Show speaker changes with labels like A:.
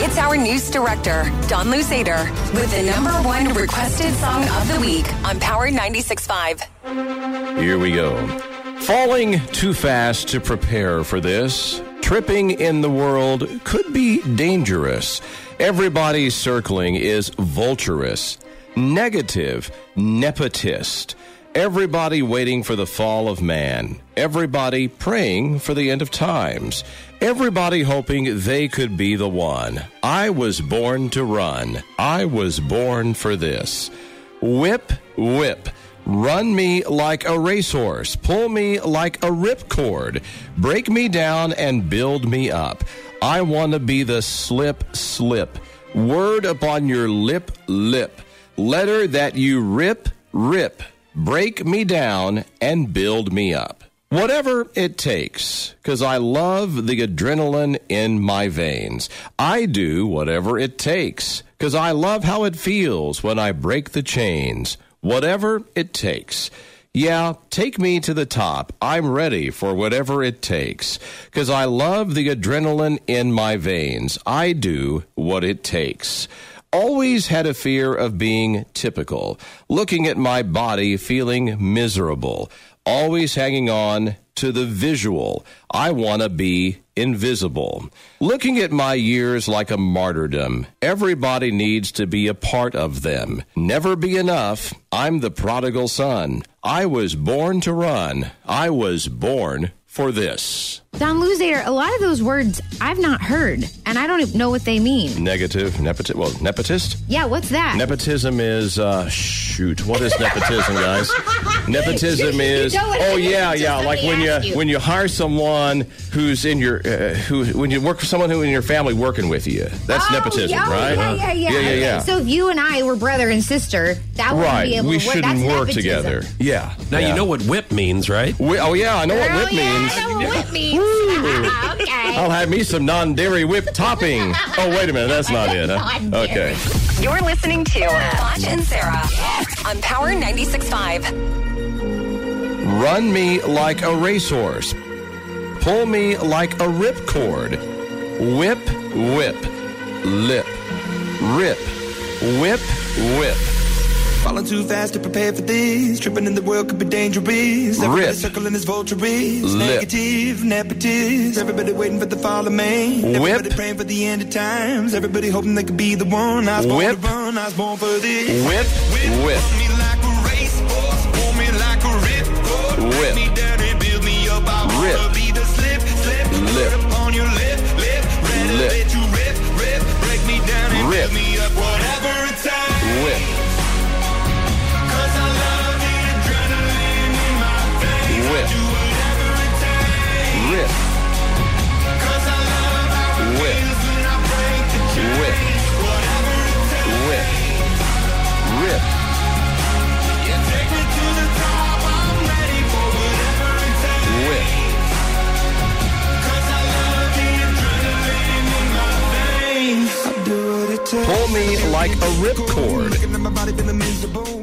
A: It's our news director, Don Luzader, with the number one requested song of the week on Power 96.5.
B: Here we go. Falling too fast to prepare for this. Tripping in the world could be dangerous. Everybody circling is vulturous, negative, nepotist. Everybody waiting for the fall of man. Everybody praying for the end of times. Everybody hoping they could be the one. I was born to run. I was born for this. Whip, whip. Run me like a racehorse. Pull me like a ripcord. Break me down and build me up. I want to be the slip, slip. Word upon your lip, lip. Letter that you rip, rip. Break me down and build me up. Whatever it takes, because I love the adrenaline in my veins. I do whatever it takes, because I love how it feels when I break the chains. Whatever it takes. Yeah, take me to the top. I'm ready for whatever it takes, because I love the adrenaline in my veins. I do what it takes. Always had a fear of being typical, looking at my body feeling miserable, always hanging on to the visual. I want to be invisible. Looking at my years like a martyrdom, everybody needs to be a part of them. Never be enough. I'm the prodigal son. I was born to run. I was born for this.
C: Don Luzader, a lot of those words I've not heard, and I don't even know what they mean.
B: Negative, nepotist. Well, nepotist?
C: Yeah, what's that?
B: Nepotism is uh shoot. What is nepotism, guys? nepotism
C: You
B: is
C: know what it
B: oh
C: is.
B: yeah
C: Just
B: yeah
C: let
B: like
C: me
B: when you,
C: ask you.
B: when you hire someone who's in your uh, who when you work for someone who in your family working with you. That's
C: Oh,
B: nepotism,
C: yeah, oh,
B: right?
C: Yeah, yeah, yeah.
B: yeah,
C: Okay,
B: yeah.
C: So if you and I were brother and sister, that wouldn't
B: right.
C: be able
B: we
C: to work.
B: shouldn't
C: That's
B: work
C: nepotism.
B: together. Yeah.
D: Now
B: yeah.
D: you know what whip means, right?
B: We, oh yeah, I know
C: Girl,
B: what whip means.
C: Yeah, I know what whip means. okay.
B: I'll have me some non-dairy whip topping. Oh wait a minute, that's not it. huh?
C: Non-dairy.
B: Okay.
A: You're listening to Foch and Sarah on Power 96.5.
B: Run me like a racehorse. Pull me like a ripcord. Whip, whip, lip, rip, whip, whip.
E: Falling too fast to prepare for this. Tripping in the world could be dangerous. Everybody
B: Rip.
E: circling is vultures.
B: Lip.
E: Negative, nepotist. Everybody waiting for the fall of man.
B: Whip.
E: Everybody praying for the end of times. Everybody hoping they could be the one. I was born
B: Whip.
E: to run. I was born for this.
B: Whip, whip.
E: Pull me like a racehorse. Pull me like a ripcord. Break
B: Whip.
E: me down and build me up. I
B: Rip.
E: wanna be the slip, slip.
B: Lip.
E: Word upon your lip, lip. Ready to
B: Lip.
E: let you rip, rip. Break me down and
B: Rip.
E: build me up. Whatever it takes.
B: Whip,
E: Cause I love the adrenaline in my veins.
B: whip,
E: Do whatever it takes.
B: rip,
E: 'Cause I love how it
B: Whip.
E: feels when I break the
B: Whip.
E: chains. Whatever it takes.
B: whip, rip.
E: You take me to the top. I'm ready for whatever it takes.
B: Whip.
E: 'Cause I love the adrenaline in my veins. I do what it takes.
B: Pull me like a ripcord.
E: Looking at my body, feeling miserable.